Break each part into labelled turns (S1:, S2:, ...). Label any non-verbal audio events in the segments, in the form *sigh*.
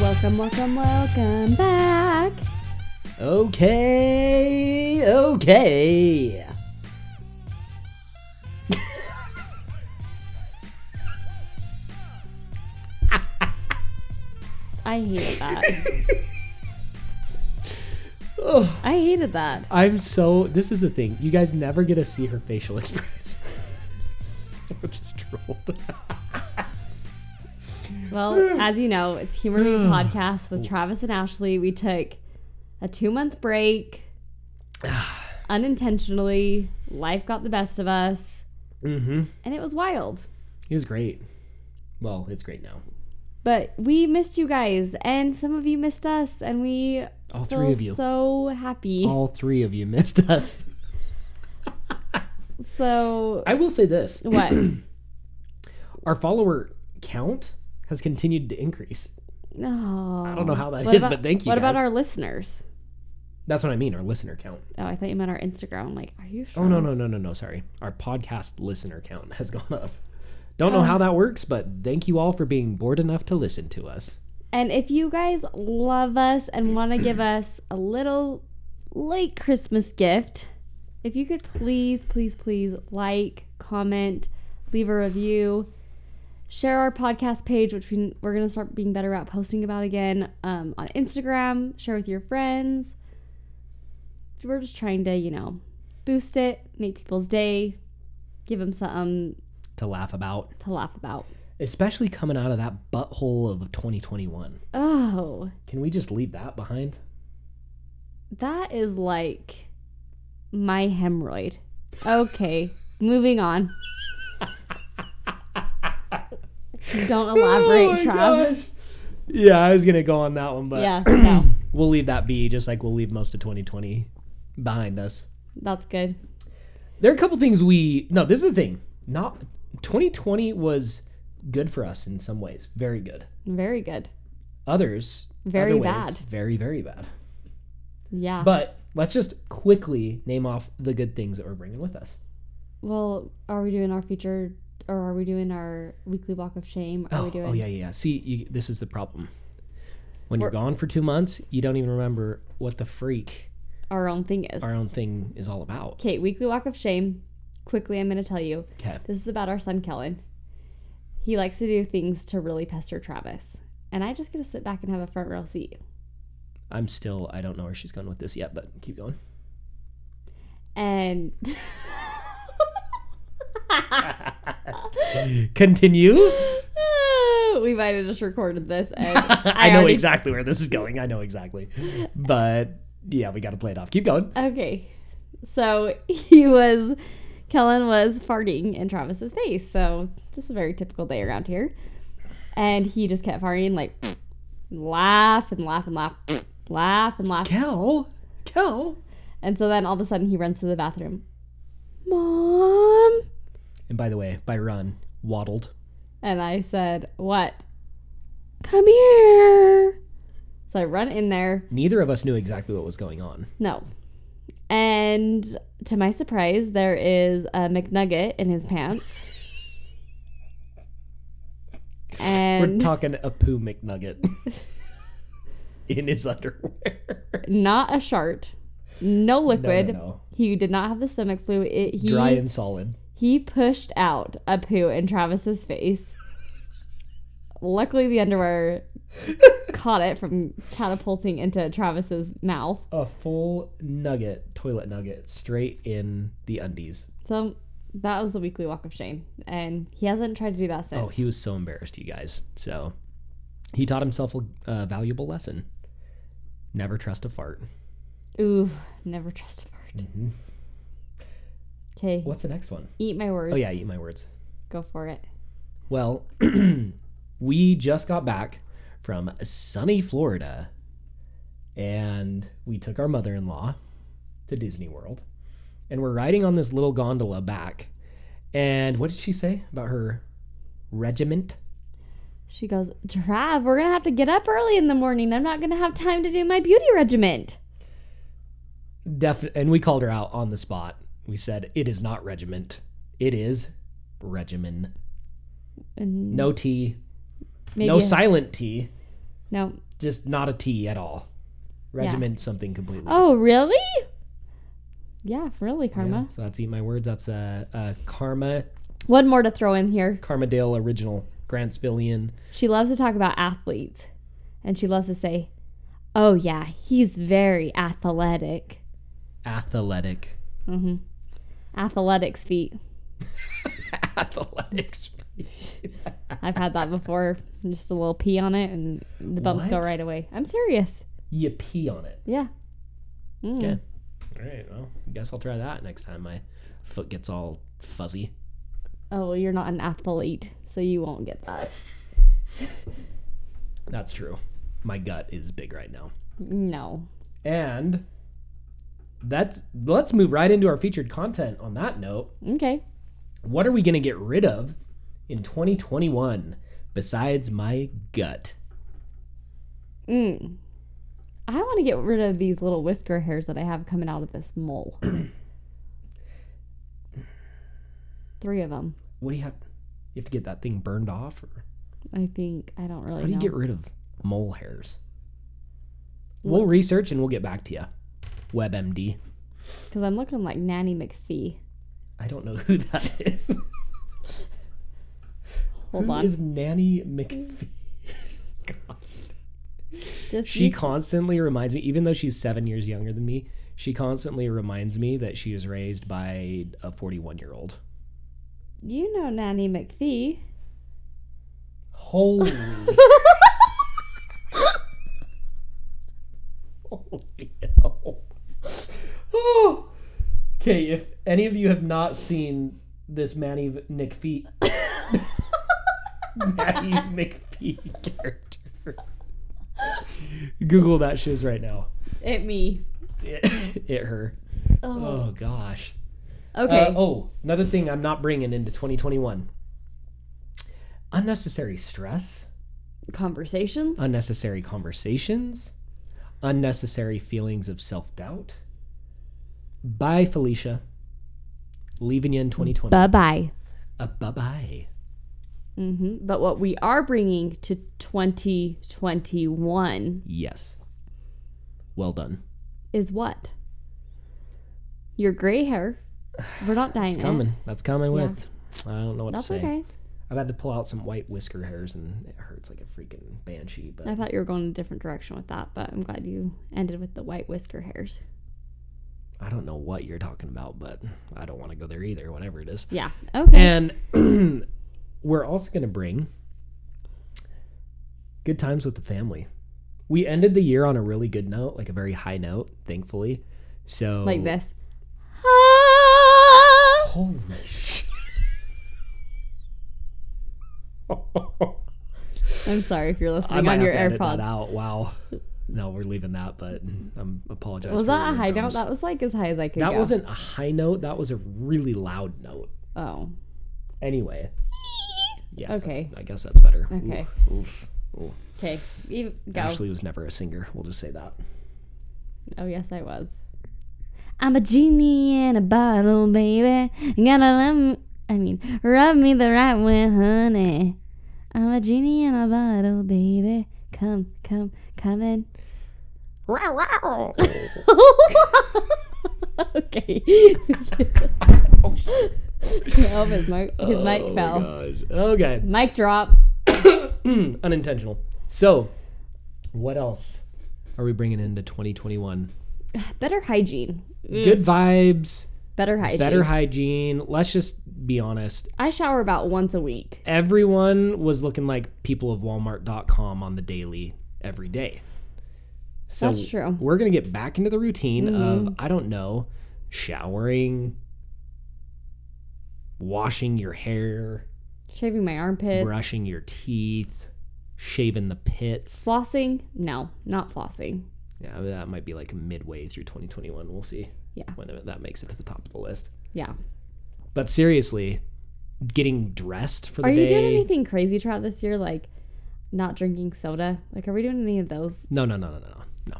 S1: welcome, welcome back.
S2: Okay, okay.
S1: I hated that.
S2: Oh,
S1: I hated that.
S2: I'm so. This is the thing. You guys never get to see her facial *laughs* expression. I just trolled.
S1: Well, as you know, it's
S2: *sighs*
S1: Humor Me Podcast with Travis and Ashley. We took a two month
S2: *sighs*
S1: break unintentionally. Life got the best of us,
S2: mm-hmm.
S1: and it was wild.
S2: It was great. Well, it's great now.
S1: But we missed you guys, and some of you missed us, and we feel
S2: All three of you.
S1: so happy.
S2: All three of you missed us.
S1: So,
S2: I will say this: *clears throat*
S1: what?
S2: our follower count has continued to increase.
S1: No.
S2: don't know how that
S1: that is,
S2: is, but thank you,
S1: Oh. What about
S2: guys.
S1: our listeners?
S2: That's what I mean. Our listener count.
S1: Oh, I thought you meant our Instagram. I'm like, are you sure?
S2: Oh no no no no no! Sorry, our podcast listener count has gone up. Don't know how that works, but thank you all for being bored enough to listen to us.
S1: And if you guys love us and want to give us a little late Christmas gift, if you could please, please, please like, comment, leave a review, share our podcast page, which we, we're going to start being better at posting about again um, on Instagram, share with your friends. We're just trying to, you know, boost it, make people's day, give them something
S2: To laugh about,
S1: to laugh about.
S2: especially coming out of that butthole of 2021.
S1: Oh,
S2: Can we just leave that behind?
S1: that is like my hemorrhoid. Okay, moving on. Don't
S2: Oh
S1: elaborate, Trav.
S2: Yeah, I was gonna go on that one, but
S1: Yeah,
S2: *clears throat*
S1: no,
S2: we'll leave that be, just like we'll leave most of 2020 behind us.
S1: that's good.
S2: There are a couple things we no. This is the thing. Not 2020 was good for us in some ways, very good.
S1: Very good.
S2: Others
S1: Very
S2: other
S1: bad.
S2: very very bad.
S1: Yeah.
S2: But let's just quickly name off the good things that we're bringing with us.
S1: well, are we doing our feature or are we doing our weekly block of shame? Are
S2: Oh,
S1: we doing?
S2: oh yeah, yeah. yeah. See, you, this is the problem. When you're
S1: We're-
S2: gone for two months, you don't even remember what the freak
S1: Our own thing is.
S2: our own thing is all about.
S1: okay, weekly walk of shame. Quickly, I'm going to tell you.
S2: Okay.
S1: This is about our son Kellen. He likes to do things to really pester Travis. And I just get to sit back and have a front row seat.
S2: I'm still. I don't know where she's going with this yet, but keep going.
S1: *laughs* And *laughs*
S2: Continue.
S1: we might have just recorded this. And
S2: *laughs* I, know
S1: already-
S2: exactly where this is going. I know exactly. But yeah, we got to play it off. Keep going.
S1: Okay. So he was, Kellen was farting in Travis's face. So just a very typical day around here. And he just kept farting, like, laugh and laugh and laugh, laugh and laugh.
S2: Kel, Kel.
S1: And so then all of a sudden he runs to the bathroom. Mom.
S2: And by the way, by run waddled.
S1: And I said, What? Come here. So I run in there.
S2: Neither of us knew exactly what was going on.
S1: No. And to my surprise, there is a McNugget in his pants.
S2: We're
S1: and
S2: talking a
S1: *laughs*
S2: poo McNugget in his underwear.
S1: not a shart, no liquid.
S2: No, no, no.
S1: He did not have the stomach flu. It, he
S2: Dry and solid.
S1: He pushed out a poo in Travis's face. Luckily, the
S2: *laughs*
S1: underwear caught it from catapulting into Travis's mouth.
S2: A full nugget, toilet nugget, straight in the undies.
S1: So that was the weekly walk of shame, and he hasn't tried to do that since.
S2: Oh, he was so embarrassed, you guys. So he taught himself a, a valuable lesson. Never trust a fart.
S1: Ooh, never trust a fart.
S2: Mhm.
S1: Okay,
S2: What's the next one?
S1: eat my words.
S2: Mm. Oh, yeah, eat my words.
S1: go for it.
S2: Well, *clears throat* we just got back from sunny Florida and we took our mother in law to Disney World and we're riding on this little gondola back. And what did she say about her regiment?
S1: She goes, Trav, we're gonna have to get up early in the morning. I'm not gonna have time to do my beauty regiment.
S2: Def- and we called her out on the spot. We said, It is not regiment, it is regimen.
S1: And
S2: No T,
S1: maybe
S2: no silent T.
S1: no,
S2: Just not a T at all.
S1: Yeah.
S2: Regiment something completely.
S1: Oh, really? Yeah, really, Karma.
S2: Yeah, so that's Eat My Words. That's a, a Karma,
S1: One more to throw in here.
S2: Karmadale original, Grantsvillian.
S1: She loves to talk about athletes, and she loves to say, "Oh yeah, he's very athletic."
S2: athletic.
S1: hmm Athletics feet.
S2: *laughs* Athletics.
S1: I've had that before. Just a little pee on it, and the bumps go
S2: What?
S1: right away. I'm serious.
S2: *laughs* you pee on it.
S1: Yeah. Mm.
S2: Okay. All right. Well, I guess I'll try that next time my foot gets all fuzzy.
S1: Oh, well, you're not an athlete, so you won't get that.
S2: That's true. My gut is big right now.
S1: No.
S2: And that's let's move right into our featured content on that note.
S1: Okay.
S2: What are we going to get rid of in 2021 besides my gut?
S1: Mm. I want to get rid of these little whisker hairs that I have coming out of this
S2: *clears throat*
S1: mole. Three of them,
S2: What do you have? You have to get that thing burned off or
S1: I think. I don't really
S2: How do you
S1: know.
S2: get rid of mole hairs? We'll research and we'll get back to you. WebMD.
S1: Because I'm looking like Nanny McPhee.
S2: I don't know *laughs* who that is.
S1: Hold
S2: Who
S1: on.
S2: is Nanny McPhee? *laughs* Gosh.
S1: Just
S2: She
S1: you-
S2: constantly reminds me, even though she's seven years younger than me, she constantly reminds me that she was raised by a 41 year old.
S1: you know Nanny McPhee.
S2: *laughs* Holy. Holy hell. Oh. Okay, if any of you have not seen this Manny V- McPhee. Manny McPhee character. Google that shiz right now. *laughs*
S1: It me.
S2: It, it her.
S1: Oh.
S2: Oh gosh.
S1: Okay.
S2: Uh, oh, another thing I'm not bringing into 2021. Unnecessary stress
S1: Conversations.
S2: unnecessary conversations, unnecessary feelings of self doubt. Bye, Felicia. Leaving you in 2020.
S1: bye bye.
S2: Uh, bye bye.
S1: hmm But what we are bringing to 2021
S2: Yes. Well done.
S1: is what? Your gray hair. We're
S2: *sighs*
S1: not dying.
S2: It's coming. That's coming
S1: Yeah.
S2: with. I don't know what
S1: That's
S2: to say.
S1: okay.
S2: I've had to pull out some white whisker hairs and it hurts like a freaking banshee, but
S1: I thought you were going in a different direction with that, but I'm glad you ended with the white whisker hairs.
S2: I don't know what you're talking about, but I don't want to go there either, whatever it is.
S1: Yeah. Okay.
S2: And *clears throat* we're also going to bring good times with the family. We ended the year on a really good note, like a very high note, thankfully. So
S1: like this.
S2: Holy *laughs* shit.
S1: I'm sorry if you're listening
S2: I might
S1: on
S2: have
S1: your
S2: to edit that
S1: AirPods.
S2: out. Wow. No, we're leaving that, but I'm apologizing.
S1: Was that a high note? That was like as high as I could
S2: that
S1: go.
S2: wasn't a high note. That was a really loud note.
S1: Oh.
S2: Anyway. Yeah. that's-
S1: Okay.
S2: I guess that's better. Ooh,
S1: Okay.
S2: oof, ooh.
S1: Okay. You go.
S2: Ashley was never a singer. We'll just say that.
S1: Oh yes, I was. I'm a genie in a bottle, baby. Gotta love me, I mean, rub me the right way, honey. I'm a genie in a bottle, baby. Come, come, come in. *laughs* okay. *laughs* oh, his mic, his mic fell.
S2: Oh Okay. *clears throat*
S1: Mic drop.
S2: Unintentional. So, what else are we bringing into 2021?
S1: Better hygiene.
S2: Good vibes,
S1: Better Mm. hygiene.
S2: better hygiene. Let's just be honest.
S1: I shower about once a week.
S2: Everyone was looking like people of Walmart.com on the daily every day. So
S1: That's true. Mm-hmm.
S2: We're gonna get back into the routine of I don't know, showering, washing your hair,
S1: Shaving my armpits.
S2: brushing your teeth, shaving the pits.
S1: Flossing? No, not flossing.
S2: Yeah, I mean, that might be like midway through 2021. We'll see.
S1: Yeah.
S2: When that makes it to the top of the list.
S1: Yeah.
S2: But seriously, getting dressed for the
S1: Are
S2: day.
S1: you doing anything crazy throughout this year? Like not drinking soda? Like, are we doing any of those?
S2: No, no, no, no, no, no, no.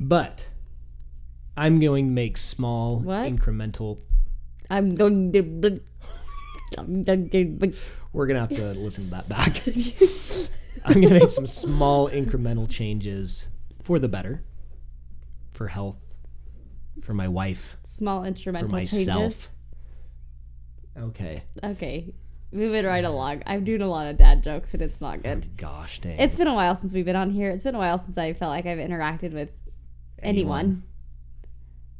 S2: But I'm going to make small
S1: What?
S2: incremental.
S1: I'm going to. I'm going to- *laughs*
S2: We're gonna have to listen to that back. *laughs* I'm going to make some small incremental changes for the better, for health, for my wife,
S1: *laughs* Small
S2: for
S1: instrumental changes.
S2: myself. Okay.
S1: Okay, moving right along. I'm doing a lot of dad jokes and it's not good.
S2: Gosh dang.
S1: It's been a while since we've been on here. It's been a while since I felt like I've interacted with anyone.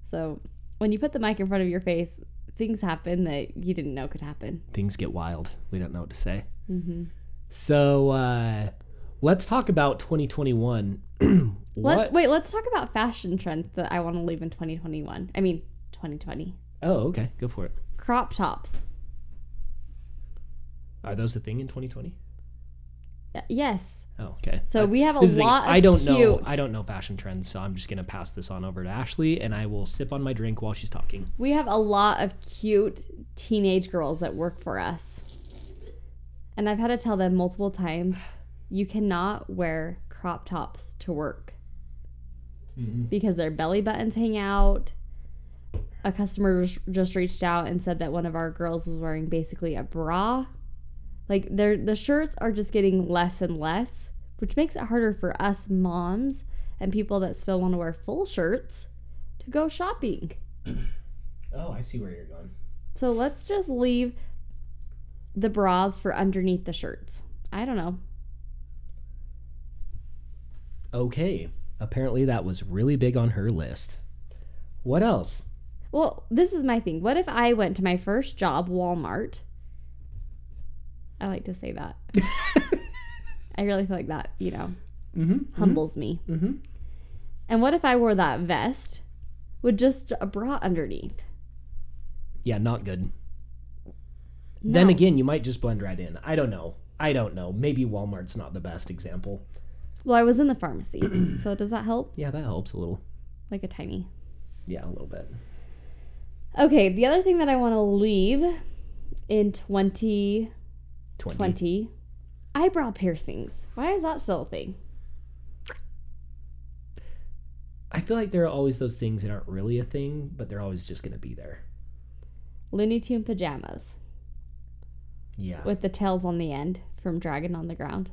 S1: So when you put the mic in front of your face, things happen that you didn't know could happen.
S2: Things get wild. We don't know what to say.
S1: Mm-hmm.
S2: So uh, let's talk about *clears throat* 2021. what?
S1: Let's wait. Let's talk about fashion trends that I want to leave in 2021. I mean, 2020
S2: Oh, okay. Go for it.
S1: crop tops.
S2: Are those a thing in 2020?
S1: Y- Yes.
S2: Oh, okay.
S1: So
S2: Uh,
S1: we have a
S2: this is the thing.
S1: lot. Of
S2: I don't know.
S1: cute-
S2: I don't know fashion trends, so I'm just gonna pass this on over to Ashley, and I will sip on my drink while she's talking.
S1: We have a lot of cute teenage girls that work for us. And I've had to tell them multiple times you cannot wear crop tops to work because their belly buttons hang out. A customer just- just reached out and said that one of our girls was wearing basically a bra. Like their the shirts are just getting less and less, which makes it harder for us moms and people that still want to wear full shirts to go shopping.
S2: Oh, I see where you're going.
S1: So let's just leave the bras for underneath the shirts. I don't know.
S2: Okay. Apparently, that was really big on her list. What else?
S1: Well, this is my thing. What if I went to my first job, Walmart? I like to say
S2: *laughs*
S1: that. I really feel like that, you know,
S2: Mm-hmm.
S1: humbles me.
S2: Mm-hmm.
S1: And what if I wore that vest with just a bra underneath?
S2: Yeah, not good. Then
S1: No.
S2: again, you might just blend right in. I don't know. I don't know. Maybe Walmart's not the best example.
S1: Well, I was in the
S2: *clears throat*
S1: pharmacy. so does that help?
S2: Yeah, that helps a little.
S1: Like a tiny.
S2: Yeah, a little bit.
S1: Okay, the other thing that I want to leave in 20-
S2: 20.
S1: 20. Eyebrow piercings. Why is that still a thing?
S2: I feel like there are always those things that aren't really a thing, but they're always just going to be there.
S1: Looney Tune pajamas
S2: Yeah.
S1: with the tails on the end from Dragon on the Ground.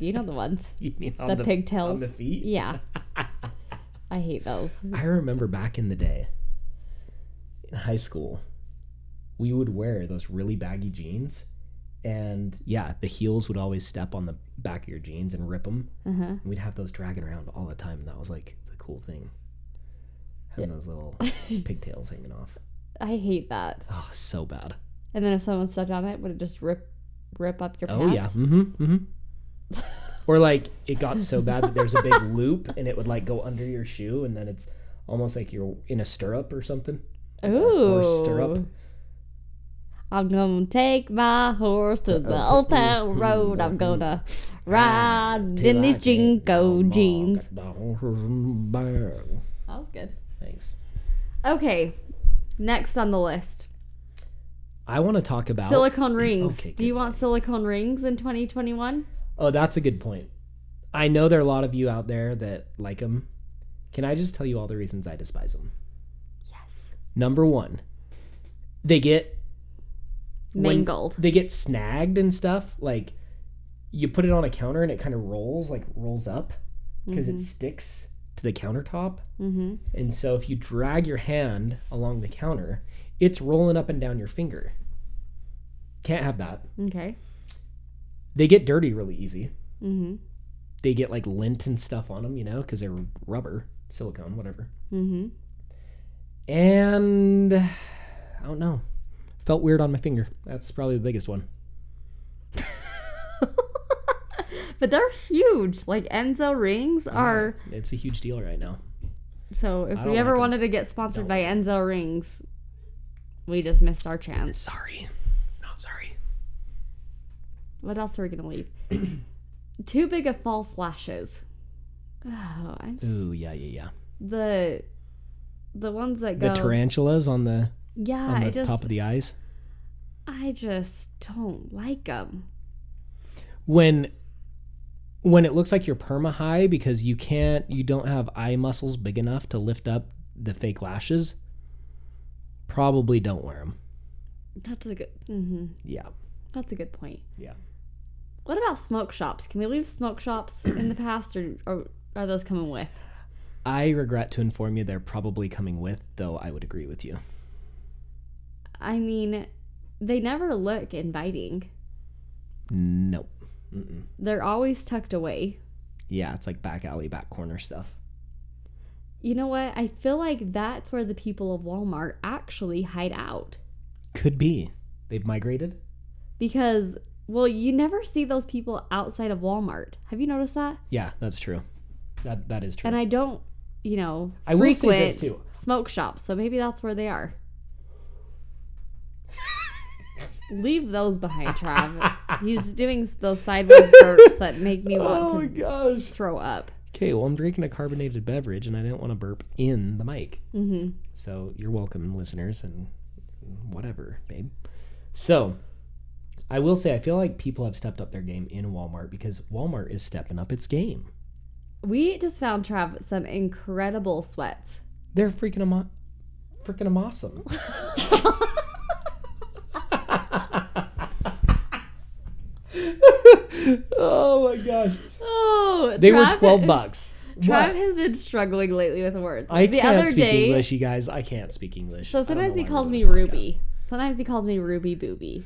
S1: you know the ones.
S2: *laughs* You mean *laughs* on
S1: The,
S2: the, on
S1: pigtails.
S2: the feet? *laughs*
S1: Yeah. I hate those.
S2: I remember back in the day, in high school, we would wear those really baggy jeans. And yeah, the heels would always step on the back of your jeans and rip them.
S1: Uh-huh. *laughs*
S2: And we'd have those dragging around all the time. That was like the cool thing. Having
S1: *laughs*
S2: those little pigtails hanging off.
S1: I hate that.
S2: Oh, so bad.
S1: And then if someone stepped on it, would it just rip rip up your pants?
S2: Oh, yeah. Mm-hmm. Mm-hmm.
S1: *laughs*
S2: or like it got so bad that there's a big *laughs* loop and it would like go under your shoe and then it's almost like you're in a stirrup or something. Or stirrup.
S1: Ooh. I'm gonna take my horse to the
S2: Uh-oh. Ah,
S1: old town
S2: *laughs*
S1: road. I'm gonna ride in these
S2: Oh,
S1: jinko jeans.
S2: *laughs*
S1: That was good.
S2: Thanks.
S1: Okay, next on the list,
S2: I want to talk about. *clears throat*
S1: silicone rings.
S2: Okay,
S1: Do you
S2: good
S1: want silicone rings in 2021?
S2: oh, that's a good point. I know there are a lot of you out there that like them. Can I just tell you all the reasons I despise them?
S1: Yes.
S2: Number one, they get When-
S1: Mangled.
S2: they get snagged and stuff. Like you put it on a counter and it kind of rolls, like rolls up because it sticks to the countertop.
S1: Mm-hmm.
S2: And so if you drag your hand along the counter, it's rolling up and down your finger. Can't have that.
S1: Okay.
S2: They get dirty really easy.
S1: Mm-hmm.
S2: They get like lint and stuff on them, you know, because they're rubber, silicone, whatever.
S1: Mm-hmm.
S2: *laughs* And I don't know. Felt weird on my finger. That's probably the biggest one.
S1: but they're huge. Like Enzo rings are.
S2: It's a huge deal right now.
S1: So if
S2: I
S1: we
S2: don't
S1: ever
S2: like 'em.
S1: wanted to get sponsored
S2: Don't
S1: by Enzo rings, we just missed our
S2: *clears throat*
S1: chance.
S2: Sorry. Not sorry.
S1: What else are we gonna
S2: *clears throat*
S1: leave? Too big of false lashes. Oh, I'm s-
S2: Ooh, yeah, yeah, yeah.
S1: the the ones that go.
S2: The tarantulas on the
S1: yeah,
S2: on
S1: I
S2: the
S1: just
S2: top of the eyes.
S1: I just don't like them.
S2: When when it looks like you're perma high because you can't you don't have eye muscles big enough to lift up the fake lashes, probably don't wear them.
S1: That's a good. hmm
S2: Yeah.
S1: That's a good point.
S2: Yeah.
S1: What about smoke shops? Can we leave smoke shops in the past, or, or are those coming with?
S2: I regret to inform you they're probably coming with, though I would agree with you.
S1: I mean, they never look inviting.
S2: Nope. Mm-mm.
S1: They're always tucked away.
S2: Yeah, it's like back alley, back corner stuff.
S1: You know what? I feel like that's where the people of Walmart actually hide out
S2: Could be. They've migrated?
S1: because, well, you never see those people outside of Walmart. Have you noticed that?
S2: Yeah, that's true. That that is true.
S1: And I don't, you know,
S2: I will say
S1: frequent
S2: this, too.
S1: smoke shops, so maybe that's where they are. Leave those behind,
S2: *laughs*
S1: Trav. He's doing s- those sideways burps that make me want to
S2: Oh gosh.
S1: throw up.
S2: Okay, well I'm drinking a carbonated beverage and I didn't want to burp in the mic.
S1: hmm
S2: So you're welcome, listeners, and whatever, babe. So I will say I feel like people have stepped up their game in Walmart because Walmart is stepping up its game.
S1: We just found Trav some incredible sweats.
S2: They're freaking amo- freaking
S1: *laughs*
S2: am awesome. oh my gosh.
S1: oh,
S2: They were
S1: Trav-
S2: 12 bucks.
S1: Trav
S2: What?
S1: has been struggling lately with words.
S2: I
S1: the
S2: can't
S1: other
S2: speak
S1: day,
S2: English, you guys. I can't speak English. I
S1: So
S2: don't know
S1: sometimes he
S2: why we're
S1: calls
S2: doing
S1: me
S2: a podcast.
S1: Ruby. Sometimes he calls me Ruby Booby.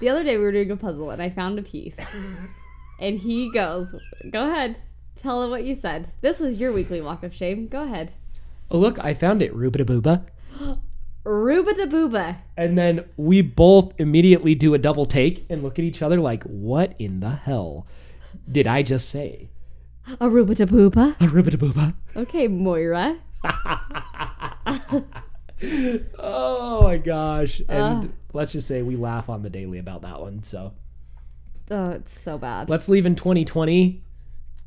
S1: The other day we were doing a puzzle and I found a
S2: *laughs*
S1: piece. and he goes, Go ahead. Tell him what you said. This was your weekly walk of shame. Go ahead.
S2: Oh, look, I found it, Ruba Booba.
S1: Ruba da booba.
S2: And then we both immediately do a double take and look at each other like, what in the hell did I just say?
S1: A ruba da booba.
S2: Arubadabooba.
S1: Okay, Moira.
S2: oh my gosh. And let's just say we laugh on the daily about that one. So
S1: Oh, it's so bad.
S2: let's leave in 2020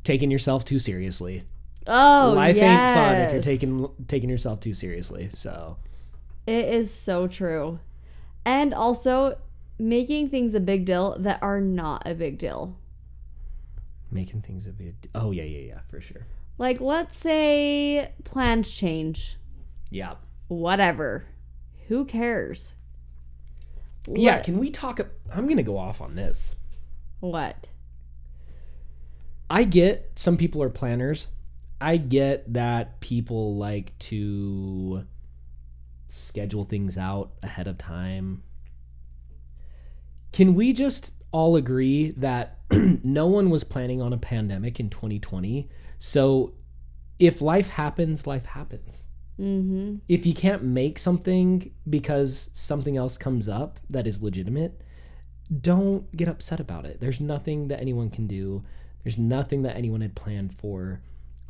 S2: taking yourself too seriously.
S1: Oh,
S2: Life ain't fun if you're
S1: yes.
S2: taking taking yourself too seriously. So
S1: It is so true. And also making things a big deal that are not a big deal.
S2: making things a bit Oh yeah, yeah, yeah, for sure.
S1: Like, let's say plans change.
S2: Yeah.
S1: whatever. Who cares?
S2: Yeah,
S1: What-
S2: can we talk ab- I'm going to go off on this.
S1: What?
S2: I get some people are planners. I get that people like to schedule things out ahead of time. Can we just all agree that *clears throat* no one was planning on a pandemic in 2020? So if life happens, life happens.
S1: Mm-hmm.
S2: If you can't make something because something else comes up that is legitimate, don't get upset about it. There's nothing that anyone can do. There's nothing that anyone had planned for.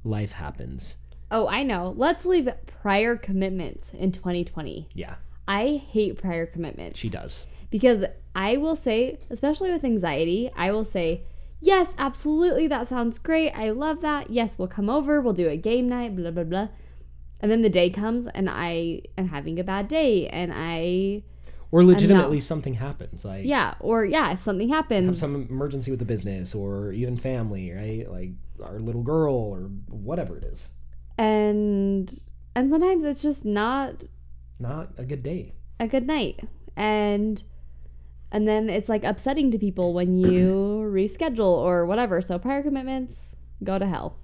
S2: Life happens.
S1: Oh, I know. Let's leave prior commitments in 2020.
S2: Yeah,
S1: I hate prior commitments
S2: she does.
S1: because I will say, especially with anxiety, I will say, yes, absolutely, that sounds great. I love that. Yes, we'll come over. We'll do a game night. Blah blah blah. And then the day comes, and I am having a bad day, and I
S2: Or legitimately, something happens. Like
S1: yeah, or yeah, something happens.
S2: have some emergency with the business or even family, right? Like our little girl or whatever it is.
S1: and and sometimes it's just not
S2: Not a good day.
S1: a good night and and then it's like upsetting to people when
S2: *clears throat*
S1: you reschedule or whatever so prior commitments go to hell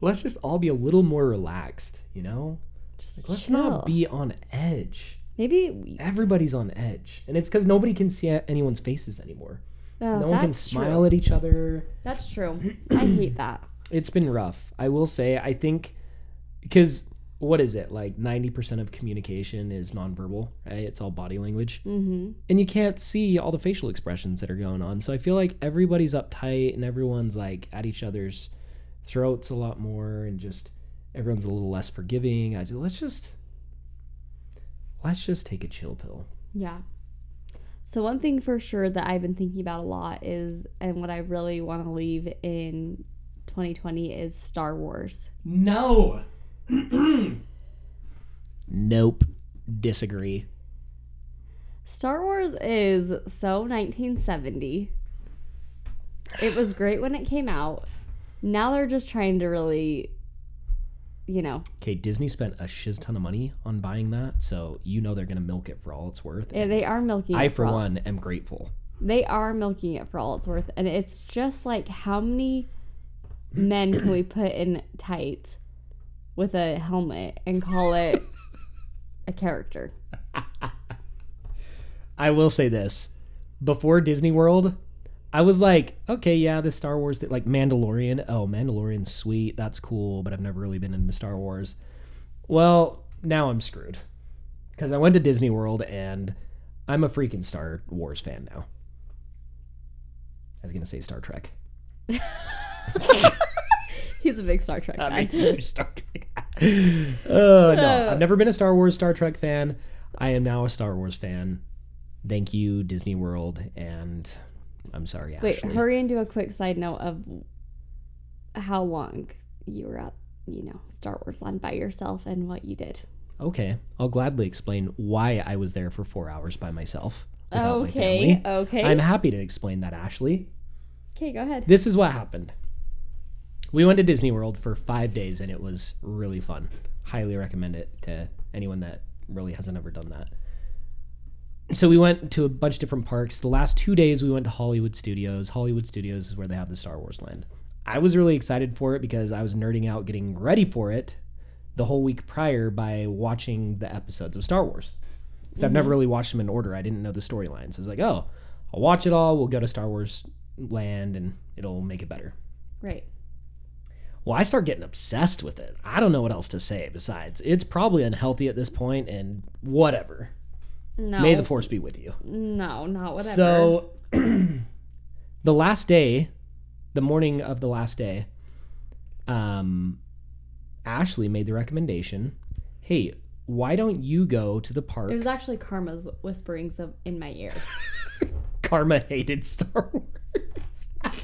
S2: Let's just all be a little more relaxed, you know?
S1: just
S2: Let's
S1: chill.
S2: not be on edge.
S1: maybe we-
S2: everybody's on edge and it's because nobody can see anyone's faces anymore
S1: oh,
S2: no
S1: that's
S2: one can smile at each other
S1: true. that's
S2: *clears throat*
S1: true i hate that
S2: it's been rough i will say i think because what is it like 90% of communication is nonverbal right it's all body language
S1: mm-hmm
S2: and you can't see all the facial expressions that are going on so i feel like everybody's uptight and everyone's like at each other's throats a lot more and just everyone's a little less forgiving i just let's just let's just take a chill pill
S1: yeah so one thing for sure that i've been thinking about a lot is and what i really want to leave in 2020 is star wars
S2: No. *clears throat* nope. Disagree.
S1: Star Wars is so 1970. It was great when it came out. Now they're just trying to really, you know,
S2: Okay, Disney spent a shiz ton of money on buying that, so you know they're gonna milk it for all it's worth.
S1: eh,
S2: and
S1: they are milking.
S2: I,
S1: it
S2: for
S1: raw.
S2: one, am grateful.
S1: They are milking it for all it's worth. And it's just like how many men can we put in tights with a helmet and call it a
S2: *laughs*
S1: character? *laughs*
S2: I will say this: before Disney World, I was like, okay, yeah, the Star Wars, that like Mandalorian. Oh, Mandalorian's sweet. That's cool, but I've never really been into Star Wars. Well, now I'm screwed because I went to Disney World and I'm a freaking Star Wars fan now. I was gonna say Star Trek.
S1: He's a big Star *laughs* Trek
S2: I'm a
S1: guy.
S2: huge Star Trek. guy. *laughs* oh
S1: Uh.
S2: no, I've never been a Star Wars Star Trek fan. I am now a Star Wars fan. Thank you, Disney World, and I'm sorry,
S1: Wait,
S2: Ashley.
S1: hurry and do a quick side note of how long you were up, you know, Star Wars Land by yourself and what you did.
S2: Okay, I'll gladly explain why I was there for four hours by myself. Without My
S1: okay,
S2: family.
S1: okay.
S2: I'm happy to explain that, Ashley.
S1: okay, go ahead.
S2: This is what happened. We went to Disney World for five days and it was really fun. Highly recommend it to anyone that really hasn't ever done that. So we went to a bunch of different parks. The last two days we went to Hollywood Studios. Hollywood Studios is where they have the Star Wars land. I was really excited for it because I was nerding out getting ready for it the whole week prior by watching the episodes of Star Wars. Because I've never really watched them in order. I didn't know the storylines. I was like, oh, I'll watch it all. We'll go to Star Wars land and it'll make it better.
S1: Right.
S2: Well, I start getting obsessed with it. I don't know what else to say besides it's probably unhealthy at this point and whatever.
S1: No.
S2: May the force be with you.
S1: No, not whatever.
S2: So *clears throat* the last day, the morning of the last day, um Ashley made the recommendation, "Hey, why don't you go to the park?"
S1: it was actually Karma's whisperings of, in my
S2: *coughs*
S1: ear.
S2: Karma hated Star Wars.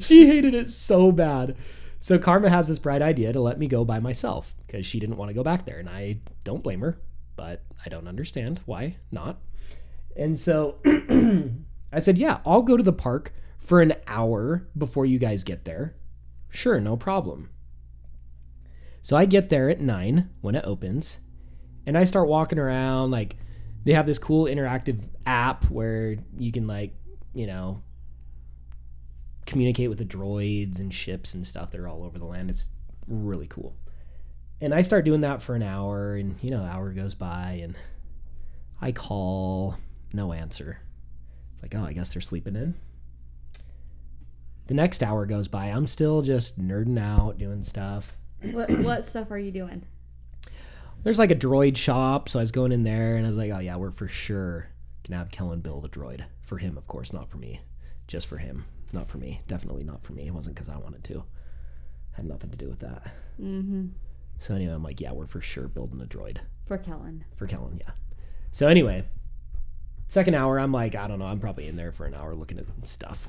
S2: she hated it so bad. So Karma has this bright idea to let me go by myself because she didn't want to go back there, and I don't blame her, but I don't understand why not. And so *clears throat* I said, "Yeah, I'll go to the park for an hour before you guys get there. Sure, no problem." So I get there at 9 when it opens, and I start walking around like they have this cool interactive app where you can like you know communicate with the droids and ships and stuff that are all over the land it's really cool and i start doing that for an hour and you know hour goes by and i call no answer like oh i guess they're sleeping in the next hour goes by i'm still just nerding out doing stuff
S1: what, what stuff are you doing?
S2: there's like a droid shop, so I was going in there and I was like, oh yeah, we're for sure gonna have Kellen build a droid for him, of course, not for me, just for him, not for me, definitely not for me. It wasn't because I wanted to, had nothing to do with that.
S1: Mm-hmm.
S2: So anyway, I'm like, yeah, we're for sure building a droid
S1: For Kellen.
S2: for Kellen, yeah. So anyway, second hour, I'm like, I don't know, I'm probably in there for an hour looking at stuff.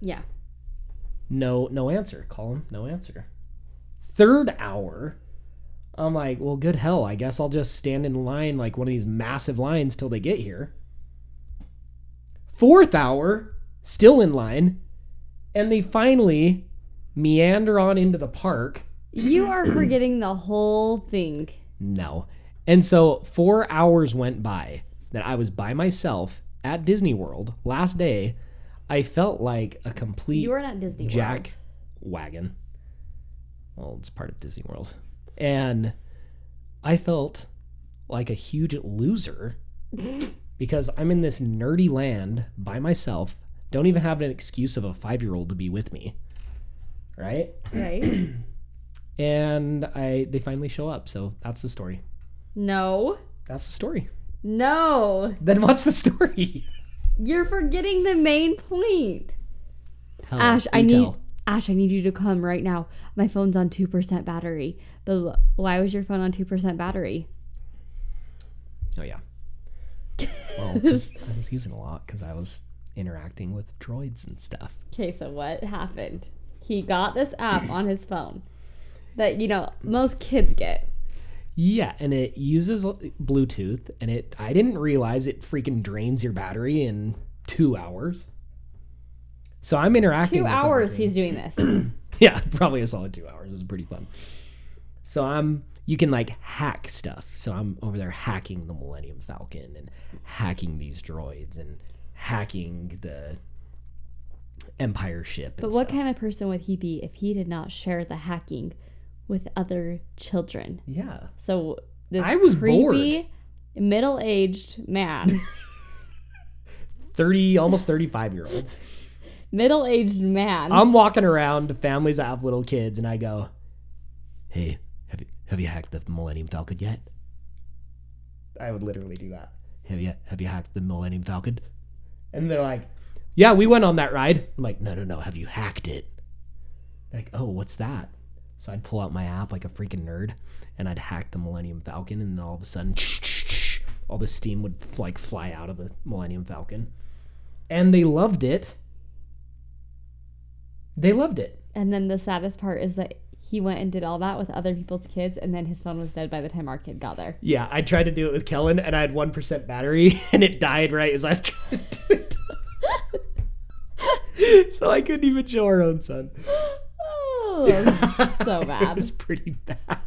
S1: Yeah.
S2: No, no answer. Call him, no answer. Third hour, I'm like, well, good hell. I guess I'll just stand in line like one of these massive lines till they get here. Fourth hour, still in line, and they finally meander on into the park.
S1: You
S2: *coughs*
S1: are forgetting the whole thing.
S2: No. And so four hours went by that I was by myself at Disney World last day. I felt like a complete
S1: You are not Disney
S2: jack wagon. Well, it's part of Disney World. And I felt like a huge
S1: *laughs*
S2: loser because I'm in this nerdy land by myself. Don't even have an excuse of a five year old to be with me. Right?
S1: World, right?
S2: And I they finally show up, so that's the story.
S1: No.
S2: That's the story.
S1: No.
S2: Then what's the story?
S1: *laughs* You're forgetting the main point.
S2: Hell,
S1: Ash,
S2: do
S1: I need
S2: tell.
S1: Ash, I need you to come right now. My phone's on 2% battery. But l- why was your phone on 2% battery?
S2: Oh yeah. Well,
S1: *laughs*
S2: 'cause I was using a lot because I was interacting with droids and stuff.
S1: Okay, so what happened? He got this app on his phone that, you know, most kids get.
S2: Yeah, and it uses l- Bluetooth, and it I didn't realize it freaking drains your battery in two hours. So I'm interacting.
S1: Two
S2: with the
S1: hours
S2: battery.
S1: he's doing this.
S2: *laughs* *clears throat* Yeah, probably a solid two hours. It was pretty fun. So I'm you can like hack stuff. So I'm over there hacking the Millennium Falcon and hacking these droids and hacking the empire ship. and
S1: But what
S2: stuff.
S1: kind of person would he be if he did not share the hacking with other children?
S2: Yeah.
S1: So this
S2: I was
S1: creepy middle-aged man, *laughs*
S2: 30 almost 35 year old
S1: middle-aged man.
S2: i'm walking around to families that have little kids and i go hey have you have you hacked the millennium falcon yet i would literally do that have you have you hacked the millennium falcon and they're like yeah we went on that ride i'm like no no no have you hacked it They're like oh what's that so i'd pull out my app like a freaking nerd and i'd hack the millennium falcon and then all of a sudden all the steam would like fly out of the millennium falcon and they loved it they loved it.
S1: and then the saddest part is that he went and did all that with other people's kids, and then his phone was dead by the time our kid got there.
S2: Yeah, I tried to do it with Kellen, and I had one percent battery, *laughs* and it died right as I was trying to do it. *laughs* so I couldn't even show our own son.
S1: Oh, so
S2: it
S1: bad.
S2: was pretty bad.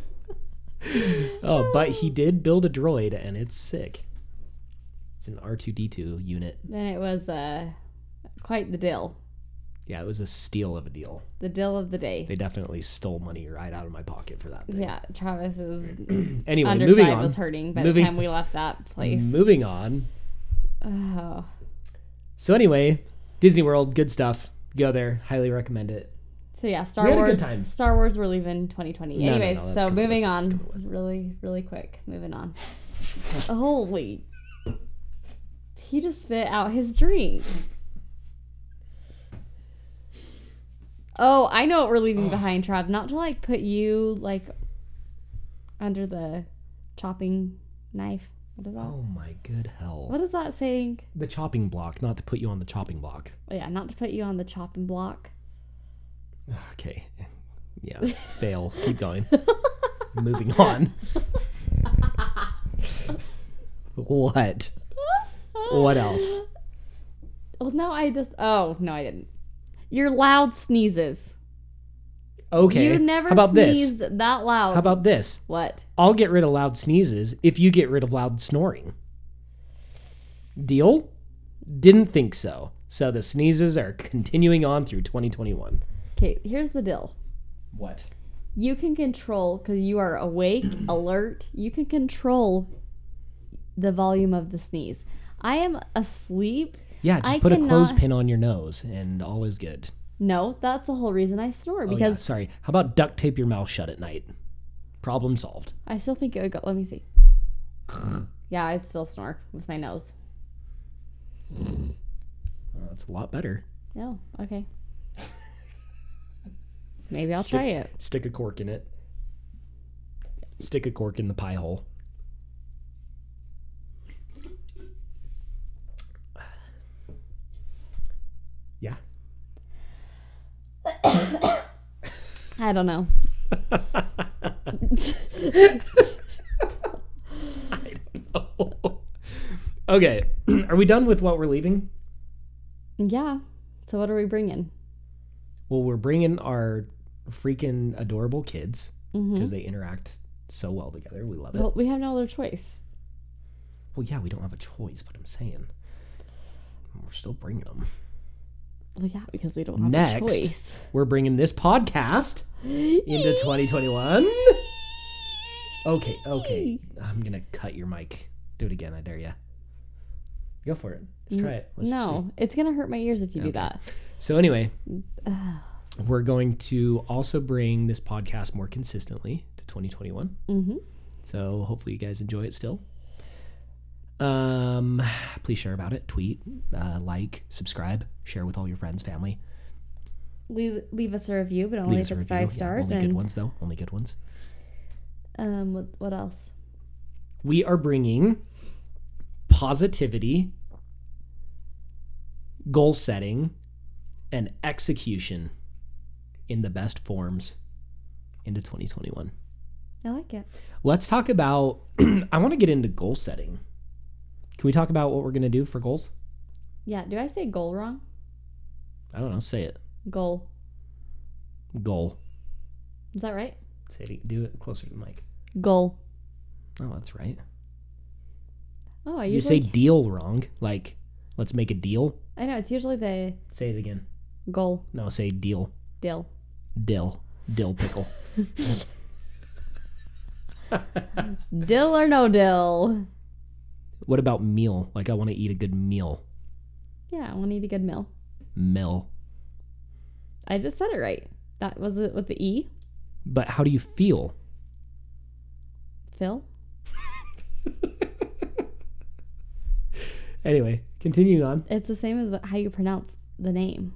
S2: *laughs* oh, but he did build a droid, and it's sick. It's an R two D two unit.
S1: Then it was uh, quite the deal.
S2: Yeah, it was a steal of a deal.
S1: The deal of the day.
S2: They definitely stole money right out of my pocket for that. Thing.
S1: Yeah, Travis's
S2: *clears throat* Anyway, moving
S1: underside
S2: on.
S1: was hurting by
S2: Moving-
S1: the time we left that place.
S2: Moving on. Mm.
S1: Oh,
S2: So anyway, Disney World, good stuff. Go there, highly recommend it.
S1: so yeah, Star
S2: We had a good
S1: Wars.
S2: time.
S1: Star Wars, we're leaving 2020.
S2: No, no, no,
S1: Anyways,
S2: that's
S1: so
S2: coming with,
S1: moving
S2: that's
S1: on,
S2: coming with.
S1: really, really quick, moving on. *laughs* Holy, he just spit out his drink. Oh, I know what we're leaving behind, Trav. Not to like put you like under the chopping knife. What is that?
S2: Oh my good hell!
S1: What is that saying?
S2: The chopping block, not to put you on the chopping block.
S1: Oh, yeah, not to put you on the chopping block.
S2: Okay,
S1: *laughs*
S2: yeah, fail. Keep going. Moving on. what? What else?
S1: Well, no, I just. Oh no, I didn't. Your loud sneezes.
S2: Okay.
S1: You never
S2: How about this?
S1: sneezed that loud.
S2: How about this?
S1: what?
S2: I'll get rid of loud sneezes if you get rid of loud snoring. Deal? Didn't think so. So the sneezes are continuing on through 2021.
S1: Okay, here's the deal.
S2: What?
S1: You can control because you are awake, *clears throat* alert. You can control the volume of the sneeze. I am asleep.
S2: Yeah, just
S1: I
S2: put a
S1: cannot-
S2: clothespin on your nose and all is good.
S1: No, that's the whole reason I snore
S2: Oh, yeah,
S1: because
S2: sorry. How about duct tape your mouth shut at night? Problem solved.
S1: I still think it would go. Let me see. *clears throat* yeah, I'd still snore with my nose.
S2: Oh, that's a lot better.
S1: No, okay.
S2: *laughs*
S1: Maybe I'll
S2: Stick-
S1: try it.
S2: Stick a cork in it. Stick a cork in the pie hole. Yeah. *laughs*
S1: I don't
S2: *laughs*
S1: know.
S2: *laughs* okay. *clears throat* Are we done with what we're leaving?
S1: yeah. So what are we bringing?
S2: Well, we're bringing our freaking adorable kids
S1: hmm
S2: because they interact so well together. We love it.
S1: Well, we have no other choice.
S2: Well, yeah, we don't have a choice, but I'm saying we're still bringing them.
S1: Well, yeah, because we don't have a
S2: Next.
S1: choice.
S2: We're bringing this podcast into
S1: *laughs*
S2: 2021. Okay, okay. I'm going to cut your mic. Do it again, I dare you. Go for it. Just try it. Let's
S1: No, it's gonna hurt my ears if you do that. *sighs*
S2: see. So, anyway,
S1: Ugh.
S2: we're going to also bring this podcast more consistently to 2021.
S1: Mhm.
S2: So hopefully you guys enjoy it still. Um, please share about it, tweet, uh, like, subscribe, share with all your friends, family.
S1: Leave leave us a review, but only
S2: Leave us
S1: if
S2: a
S1: it's
S2: review.
S1: five
S2: Yeah,
S1: stars.
S2: only good
S1: and
S2: ones though. Only good ones.
S1: um, what, what else?
S2: We are bringing positivity, goal setting, and execution in the best forms into 2021.
S1: I like it.
S2: Let's talk about. *clears throat* I want to get into goal setting. Can we talk about what we're going to do for goals?
S1: Yeah. Do I say goal wrong?
S2: I don't know. Say it.
S1: Goal.
S2: Goal.
S1: Is that right?
S2: Say it, do it closer to the mic.
S1: Goal.
S2: Oh, that's right.
S1: Oh, I
S2: You say
S1: usually
S2: deal wrong. Like, let's make a deal.
S1: I know it's usually the
S2: Say it again.
S1: goal
S2: No, say deal.
S1: dill.
S2: Dill. Dill pickle.
S1: Dill or no dill.
S2: what about meal? Like, I want to eat a good meal.
S1: Yeah, I want to eat a good meal.
S2: Mill.
S1: I just said it right. That was it with the E.
S2: But how do you feel?
S1: Phil.
S2: Anyway, continuing on.
S1: It's the same as what- how you pronounce the name.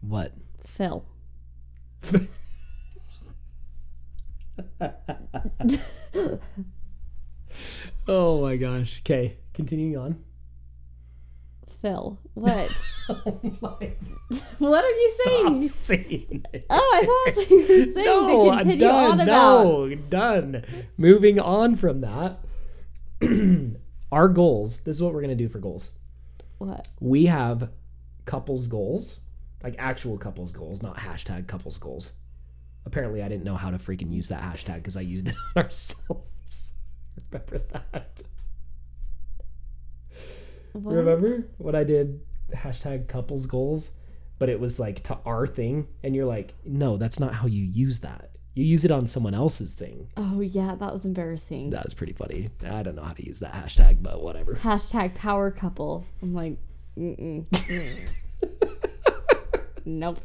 S2: What?
S1: Phil. *laughs*
S2: Oh my gosh. Okay, continuing on.
S1: Phil. What?
S2: *laughs* Oh my
S1: what are you saying?
S2: saying it.
S1: Oh, I thought
S2: *laughs*
S1: you were saying
S2: No,
S1: to
S2: I'm
S1: continue
S2: done.
S1: on about.
S2: No, done. Moving on from that. *clears throat* Our goals. This is what we're gonna do for goals.
S1: What?
S2: We have couples goals, like actual couples goals, not hashtag couples goals. Apparently, I didn't know how to freaking use that hashtag because I used it *laughs* on ourselves. Remember that?
S1: What?
S2: Remember when I did hashtag couples goals, but it was like to our thing, and you're like, no, that's not how you use that. You use it on someone else's thing.
S1: Oh yeah, that was embarrassing.
S2: That was pretty funny. I don't know how to use that hashtag, but whatever.
S1: Hashtag power couple. I'm like,
S2: *laughs*
S1: mm mm. nope.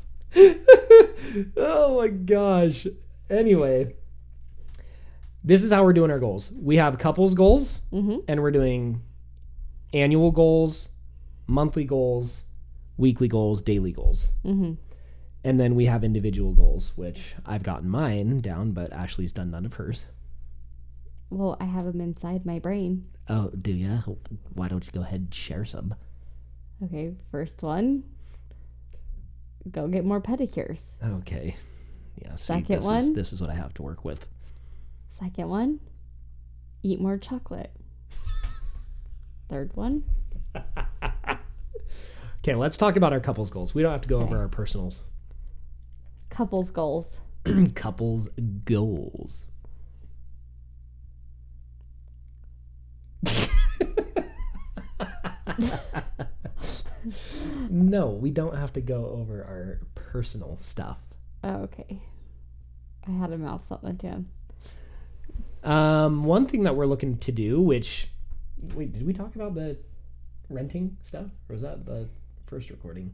S2: oh my gosh. Anyway, this is how we're doing our goals. We have couples goals,
S1: Mm-hmm.
S2: and we're doing annual goals, monthly goals, weekly goals, daily goals.
S1: Mm-hmm.
S2: And then we have individual goals, which I've gotten mine down, but Ashley's done none of hers.
S1: Well, I have them inside my brain.
S2: Oh, do ya? Why don't you go ahead and share some?
S1: Okay, first one. Go get more pedicures.
S2: Okay. Yeah. see,
S1: Second
S2: this Is,
S1: one?
S2: this is what I have to work with.
S1: Second one. Eat more
S2: *laughs*
S1: chocolate. Third one.
S2: Okay, let's talk about our couples goals. We don't have to go
S1: Okay.
S2: over our personals.
S1: Couples goals.
S2: *clears throat* couples goals. no, we don't have to go over our personal stuff.
S1: Oh, okay. I had a mouth something to him.
S2: Um, one thing that we're looking to do, which wait, did we talk about the renting stuff, or was that the first recording?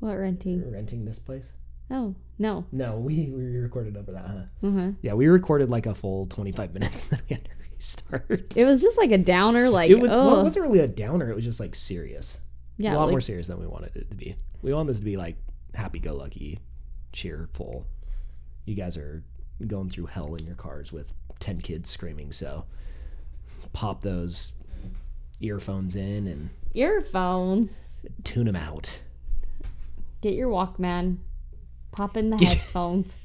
S1: What renting?
S2: Renting this place?
S1: Oh, no.
S2: No, we we recorded over that, huh?
S1: Uh-huh.
S2: Yeah, we recorded like a full twenty five minutes, and then we had to restart.
S1: It was just like a downer, like
S2: It was
S1: oh
S2: well, it wasn't really a downer. It was just like serious,
S1: yeah,
S2: a lot
S1: like,
S2: more serious than we wanted it to be. We want this to be like happy go lucky, cheerful. You guys are going through hell in your cars with ten kids screaming, so pop those earphones in and
S1: earphones.
S2: tune them out.
S1: Get your Walkman. Pop
S2: *laughs*
S1: in the headphones.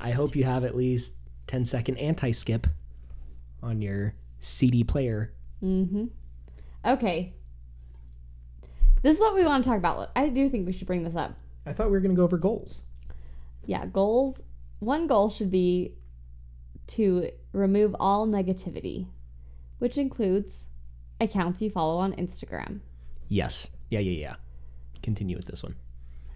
S2: I hope you have at least 10 second anti skip on your CD player.
S1: Mm-hmm. Okay. This is what we want to talk about. Look, I do think we should bring this up.
S2: I thought we were gonna go over goals.
S1: Yeah, goals. One goal should be to remove all negativity, which includes accounts you follow on Instagram.
S2: Yes. Yeah. Yeah. Yeah. Continue with this one.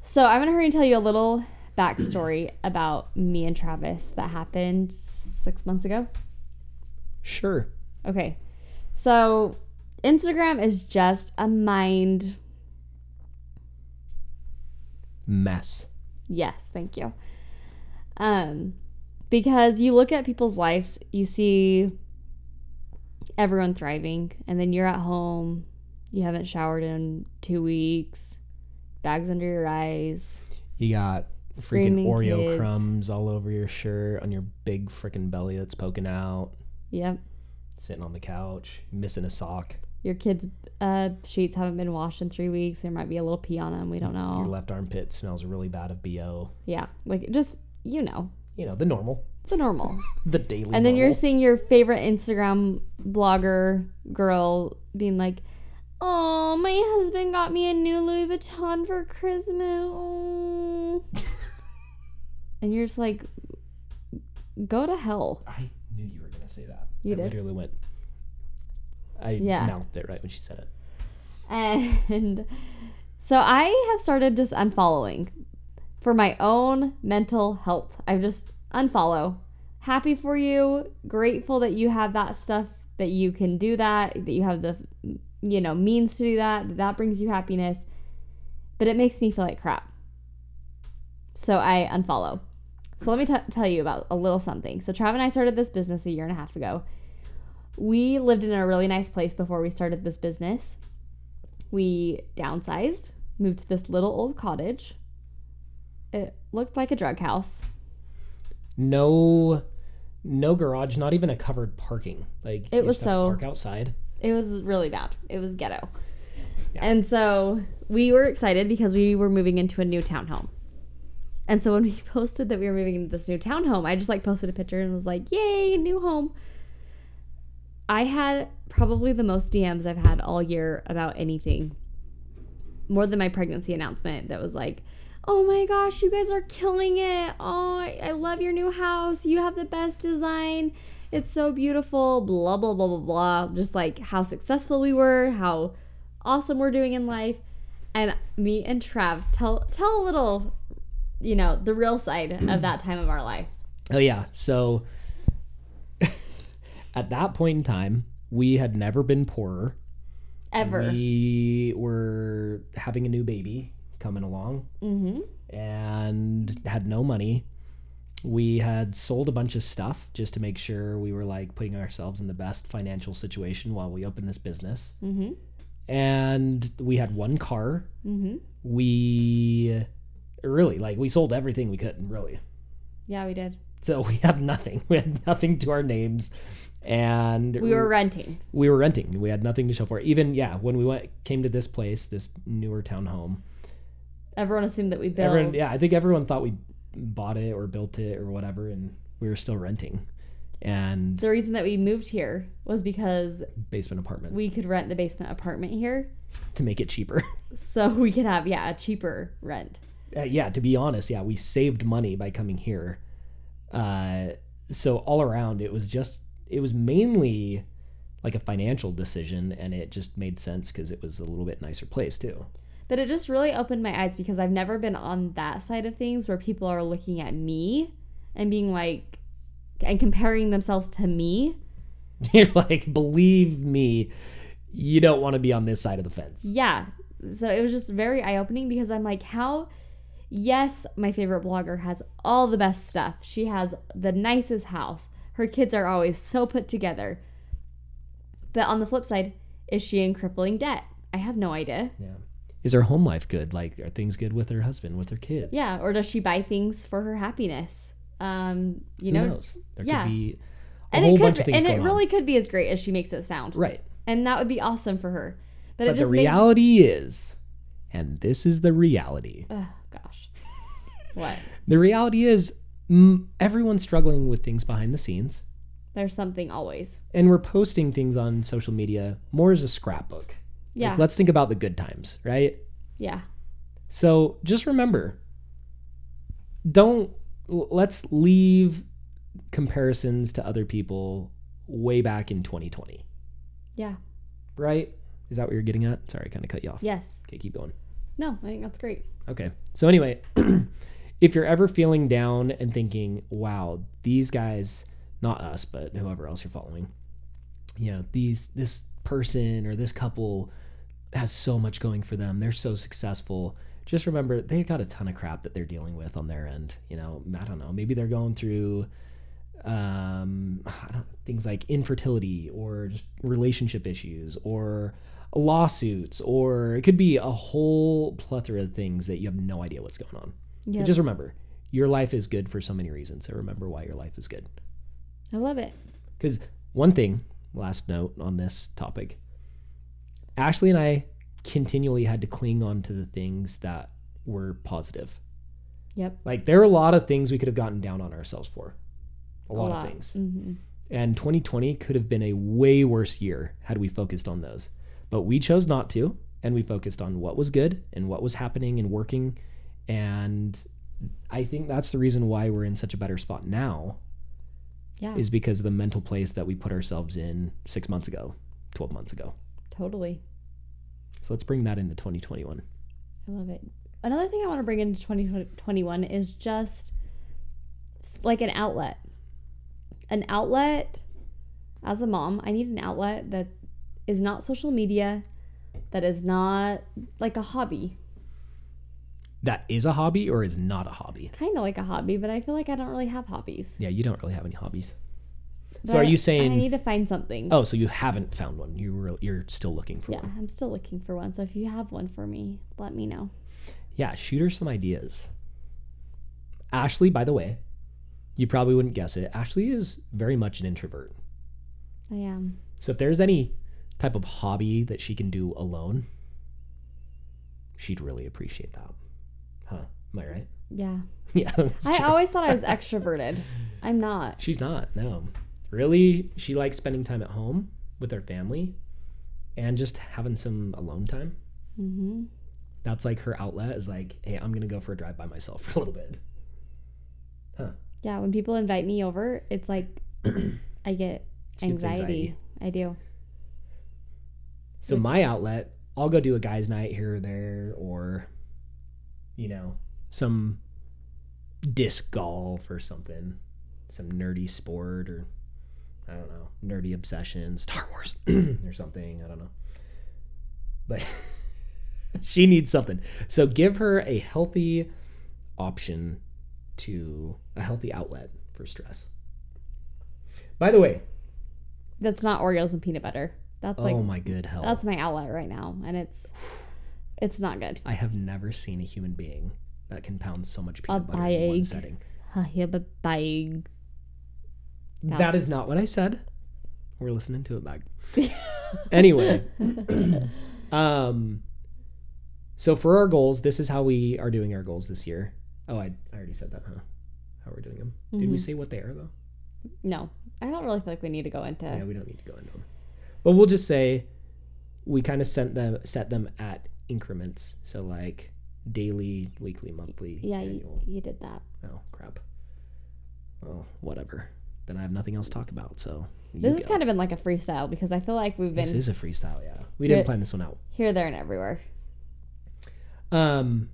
S1: So I'm gonna hurry and tell you a little backstory *clears throat* about me and Travis that happened six months ago.
S2: Sure.
S1: Okay. So Instagram is just a mind.
S2: Mess.
S1: Yes, thank you. Um because you look at people's lives, you see everyone thriving and then you're at home, you haven't showered in 2 weeks, bags under your eyes.
S2: You got freaking
S1: Screaming
S2: Oreo
S1: kids.
S2: crumbs all over your shirt, on your big freaking belly that's poking out,
S1: Yep.
S2: sitting on the couch, missing a sock.
S1: Your kids' uh, sheets haven't been washed in three weeks. There might be a little pee on them. We don't know.
S2: Your left armpit smells really bad of BO.
S1: Yeah, like just you know
S2: You know, the normal,
S1: the normal.
S2: the daily.
S1: and then you're
S2: normal.
S1: seeing your favorite Instagram blogger girl being like, "Oh, my husband got me a new Louis Vuitton for Christmas," and you're just like, "Go to hell."
S2: I knew you were gonna to say that.
S1: You
S2: I
S1: did.
S2: literally went. I
S1: Yeah.
S2: mouthed it right when she said it.
S1: And so I have started just unfollowing for my own mental health. I just unfollow. Happy for you. Grateful that you have that stuff, that you can do that, that you have the, you know, means to do that, that, that brings you happiness. But it makes me feel like crap. So I unfollow. So let me t- tell you about a little something. So Trav and I started this business a year and a half ago. We lived in a really nice place before we started this business we downsized, moved to this little old cottage. It looked like a drug house.
S2: No, no garage. Not even a covered parking. Like you
S1: was
S2: just have to
S1: so-
S2: park outside.
S1: It was really bad. It was ghetto.
S2: Yeah.
S1: And so we were excited because we were moving into a new townhome. And so when we *laughs* posted that we were moving into this new townhome, I just like posted a picture and was like, "Yay, new home." I had probably the most DMs I've had all year about anything. More than my pregnancy announcement that was like, "Oh my gosh, you guys are killing it. Oh, I, I love your new house. You have the best design. It's so beautiful." blah blah blah blah blah, just like how successful we were, how awesome we're doing in life. And me and Trav tell tell a little, you know, the real side
S2: *clears throat*
S1: of that time of our life.
S2: Oh yeah. So *laughs* at that point in time, we had never been poorer.
S1: Ever.
S2: We were having a new baby coming along
S1: mm-hmm.
S2: and had no money. We had sold a bunch of stuff just to make sure we were like putting ourselves in the best financial situation while we opened this business.
S1: Mm-hmm.
S2: And we had one car.
S1: Mm-hmm.
S2: We really like we sold everything we could, really.
S1: Yeah, we did.
S2: So we had nothing. *laughs* We had nothing to our names. And
S1: We were renting.
S2: we were renting. We had nothing to show for it. Even yeah, when we went came to this place, this newer townhome.
S1: Everyone assumed that we built.
S2: Everyone, yeah, I think everyone thought we bought it or built it or whatever, and we were still renting. And
S1: The reason that we moved here was because
S2: basement apartment
S1: we could rent the basement apartment here,
S2: to make it cheaper. *laughs*
S1: so *laughs* we could have yeah a cheaper rent.
S2: Uh, yeah, to be honest, yeah, we saved money by coming here. Uh, so all around, it was just it was mainly like a financial decision, and it just made sense because it was a little bit nicer place too. *laughs*
S1: But it just really opened my eyes because I've never been on that side of things where people are looking at me and being like, and comparing themselves to me.
S2: You're like, believe me, you don't want to be on this side of the fence.
S1: Yeah. So it was just very eye opening because I'm like, how? Yes, my favorite blogger has all the best stuff. She has the nicest house. Her kids are always so put together. But on the flip side, is she in crippling debt? I have no idea.
S2: Yeah. Is her home life good? Like, are things good with her husband, with her kids?
S1: Yeah. Or does she buy things for her happiness? Um, you
S2: Who
S1: know,
S2: knows? There
S1: yeah.
S2: could be a
S1: and
S2: whole
S1: it could,
S2: bunch of things
S1: and
S2: going
S1: it really could be as great as she makes it sound,
S2: on. Right.
S1: and that would be awesome for her. But,
S2: But,
S1: it
S2: the
S1: just *sighs* made-
S2: reality is, and this is the reality.
S1: Ugh, Oh, gosh, *laughs* what?
S2: The reality is, mm, everyone's struggling with things behind the scenes,
S1: There's something always.
S2: and we're posting things on social media more as a scrapbook.
S1: Yeah,
S2: Like, let's think about the good times, right?
S1: yeah.
S2: So just remember, don't l- let's leave comparisons to other people way back in 2020.
S1: Yeah.
S2: Right? Is that what you're getting at? Sorry, I kind of cut you off.
S1: Yes.
S2: Okay, keep going.
S1: No, I think that's great.
S2: Okay. So anyway, *clears throat* if you're ever feeling down and thinking, "Wow, these guys, not us, but whoever else you're following, you know, these this person or this couple has so much going for them. They're so successful." Just remember, they got a ton of crap that they're dealing with on their end. You know, I don't know. Maybe they're going through um, I don't, things like infertility or just relationship issues or lawsuits or it could be a whole plethora of things that you have no idea what's going on.
S1: Yeah.
S2: So just remember, your life is good for so many reasons. So remember why your life is good.
S1: I love it.
S2: Because one thing, last note on this topic, Ashley and I continually had to cling on to the things that were positive.
S1: Yep.
S2: Like there are a lot of things we could have gotten down on ourselves for. A lot, of things.
S1: Mm-hmm.
S2: And 2020 could have been a way worse year had we focused on those. But we chose not to, and we focused on what was good and what was happening and working. And I think that's the reason why we're in such a better spot now
S1: Yeah.
S2: is because of the mental place that we put ourselves in six months ago, 12 months ago.
S1: Totally.
S2: So let's bring that into 2021.
S1: I love it. Another thing I want to bring into 2021 is just s- like an outlet. An outlet as a mom, I need an outlet that is not social media, that is not like a hobby.
S2: That is a hobby or is not a hobby?
S1: Kind of like a hobby, but I feel like I don't really have hobbies.
S2: Yeah, you don't really have any hobbies. So
S1: But
S2: are you
S1: I
S2: saying?
S1: need to find something.
S2: Oh, so you haven't found one. You were, you're still looking for
S1: yeah,
S2: one.
S1: I'm still looking for one. So if you have one for me, let me know.
S2: Yeah, shoot her some ideas. Ashley, by the way, you probably wouldn't guess it. Ashley is very much an introvert.
S1: I am.
S2: So if there's any type of hobby that she can do alone, she'd really appreciate that. Huh? Am I right? *laughs*
S1: Yeah.
S2: Yeah. that's
S1: I
S2: true.
S1: always thought I
S2: *laughs*
S1: was extroverted. I'm not.
S2: She's not. No. Really, she likes spending time at home with her family and just having some alone time.
S1: hmm
S2: That's like her outlet is like, hey, I'm going to go for a drive by myself *laughs* for a little bit.
S1: Yeah, when people invite me over, it's
S2: *clears throat*
S1: like I get
S2: She gets
S1: anxiety. I do.
S2: So
S1: Which-
S2: my outlet, I'll go do a guys' night here or there, or you know, some disc golf or something, some nerdy sport or I don't know, nerdy obsession, Star Wars *clears throat* or something. I don't know, but *laughs* she needs something. So give her a healthy option to a healthy outlet for stress. By the way,
S1: That's not Oreos and peanut butter. That's like
S2: oh my good health.
S1: that's my outlet right now, and it's it's not good.
S2: I have never seen a human being that can pound so much
S1: A
S2: peanut butter in one
S1: bag.
S2: setting.
S1: I have a bag. Pound.
S2: That is not what I said. We're listening to it back.
S1: *laughs*
S2: anyway, um, so for our goals, this is how we are doing our goals this year. Oh, I, I already said that, huh? How we're doing them? Did we
S1: Mhm.
S2: say what they are though?
S1: *laughs* No, I don't really feel like we need to go into.
S2: Yeah, we don't need to go into them. But we'll just say we kind of sent them set them at increments. So like daily, weekly, monthly,
S1: Yeah,
S2: annual.
S1: you, you did that.
S2: Oh crap. Well, whatever. Then I have nothing else to talk about. So you
S1: This has
S2: go.
S1: kind of been like a freestyle because I feel like we've
S2: this
S1: been
S2: is a freestyle. Yeah, we
S1: Yeah.
S2: didn't plan this one out.
S1: here, there, and everywhere.
S2: Um,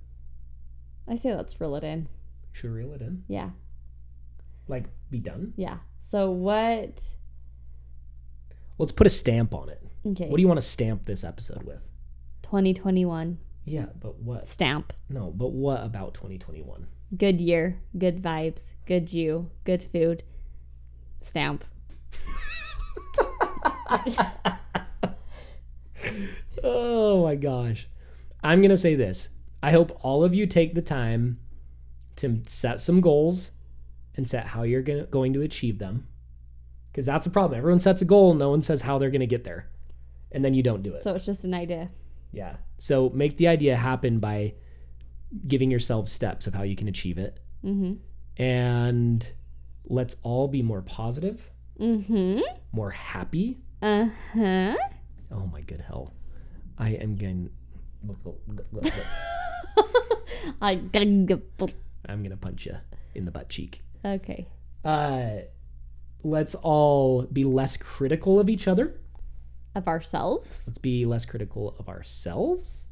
S1: I say let's reel it in.
S2: should we reel it in?
S1: Yeah,
S2: Like, be done.
S1: yeah. So what?
S2: Let's put a stamp on it.
S1: Okay.
S2: What do you want to stamp this episode with?
S1: 2021
S2: Yeah, but what?
S1: stamp.
S2: No, but what about 2021?
S1: good year, good vibes, good you, good food. Stamp.
S2: Oh my gosh. I'm going to say this. I hope all of you take the time to set some goals and set how you're gonna, going to achieve them. Because that's the problem. Everyone sets a goal, no one says how they're going to get there. And then you don't do it.
S1: So it's just an idea.
S2: yeah. So make the idea happen by giving yourself steps of how you can achieve it.
S1: Mhm.
S2: And let's all be more positive,
S1: Mhm.
S2: more happy.
S1: Uh-huh.
S2: Oh my good hell. I am going.
S1: I
S2: I'm gonna punch you in the butt cheek.
S1: Okay.
S2: Uh, let's all be less critical of each other.
S1: Of ourselves,
S2: Let's be less critical of ourselves.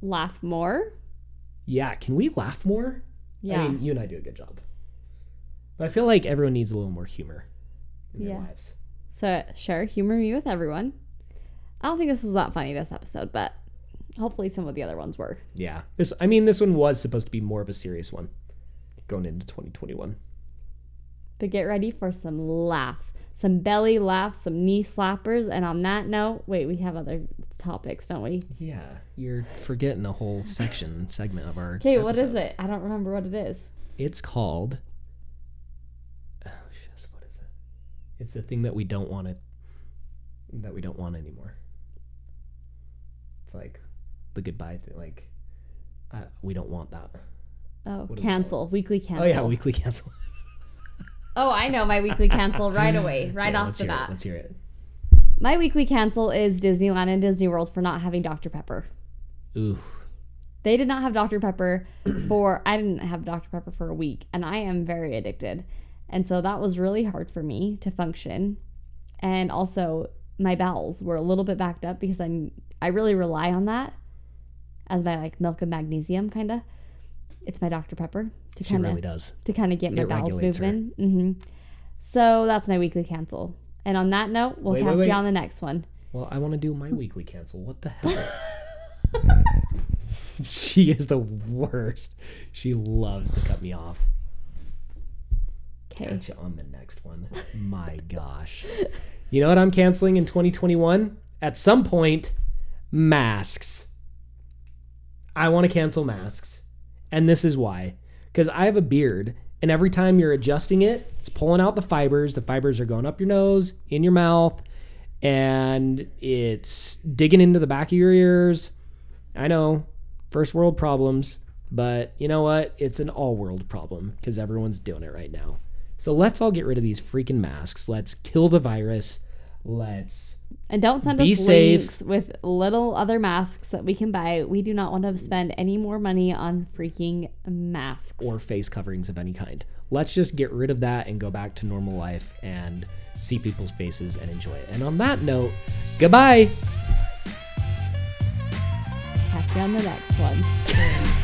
S1: laugh more.
S2: Yeah, can we laugh more?
S1: Yeah.
S2: I mean, you and I do a good job, but I feel like everyone needs a little more humor in their
S1: Yeah.
S2: lives.
S1: so sure, humor me with everyone. I don't think this was that funny this episode, but hopefully some of the other ones were.
S2: Yeah. This, I mean, this one was supposed to be more of a serious one, going into 2021.
S1: But get ready for some laughs, some belly laughs, some knee slappers, and on that note, wait, we have other topics, don't we?
S2: Yeah, you're forgetting a whole section segment of our.
S1: Okay, what is
S2: episode.
S1: it? I don't remember what it is.
S2: It's called. Oh, shit, what is it? It's the thing that we don't want it. That we don't want anymore. It's like the goodbye thing. Like, uh, we don't want that.
S1: Oh,
S2: What is it
S1: cancel weekly cancel.
S2: Oh yeah, weekly cancel.
S1: Oh, I know my weekly cancel *laughs*
S2: *laughs*
S1: right away, right
S2: Yeah,
S1: off
S2: let's
S1: the
S2: hear it,
S1: bat.
S2: Let's hear it.
S1: My weekly cancel is Disneyland and Disney World for not having Dr Pepper.
S2: Ooh,
S1: They did
S2: *clears throat*
S1: not have Dr Pepper for I didn't have Dr Pepper for a week, and I am very addicted. And so that was really hard for me to function. And also my bowels were a little bit backed up because I'm I really rely on that as my like milk and magnesium kind of. It's my Dr Pepper to
S2: She
S1: kind of
S2: really does.
S1: to kind of get my
S2: It
S1: bowels
S2: regulates her.
S1: moving. hmm So that's my weekly cancel. And on that note, we'll
S2: Wait,
S1: catch
S2: wait, wait.
S1: you on the next one.
S2: Well, I want
S1: *laughs*
S2: to do my weekly cancel. What the hell? *laughs* she is the worst. She loves to cut me off.
S1: Okay.
S2: Catch you on the next one. My *laughs* gosh. You know what I'm canceling in 2021? At some point, masks. I want to cancel masks. And this is why. Because I have a beard, and every time you're adjusting it, it's pulling out the fibers. The fibers are going up your nose, in your mouth, and it's digging into the back of your ears. I know, first world problems, but you know what? It's an all world problem because everyone's doing it right now. So let's all get rid of these freaking masks. Let's kill the virus. Let's.
S1: And don't send
S2: Be
S1: us
S2: safe.
S1: links with little other masks that we can buy. We do not want to spend any more money on freaking masks.
S2: or face coverings of any kind. Let's just get rid of that and go back to normal life and see people's faces and enjoy it. And on that note, goodbye.
S1: catch you on the next one.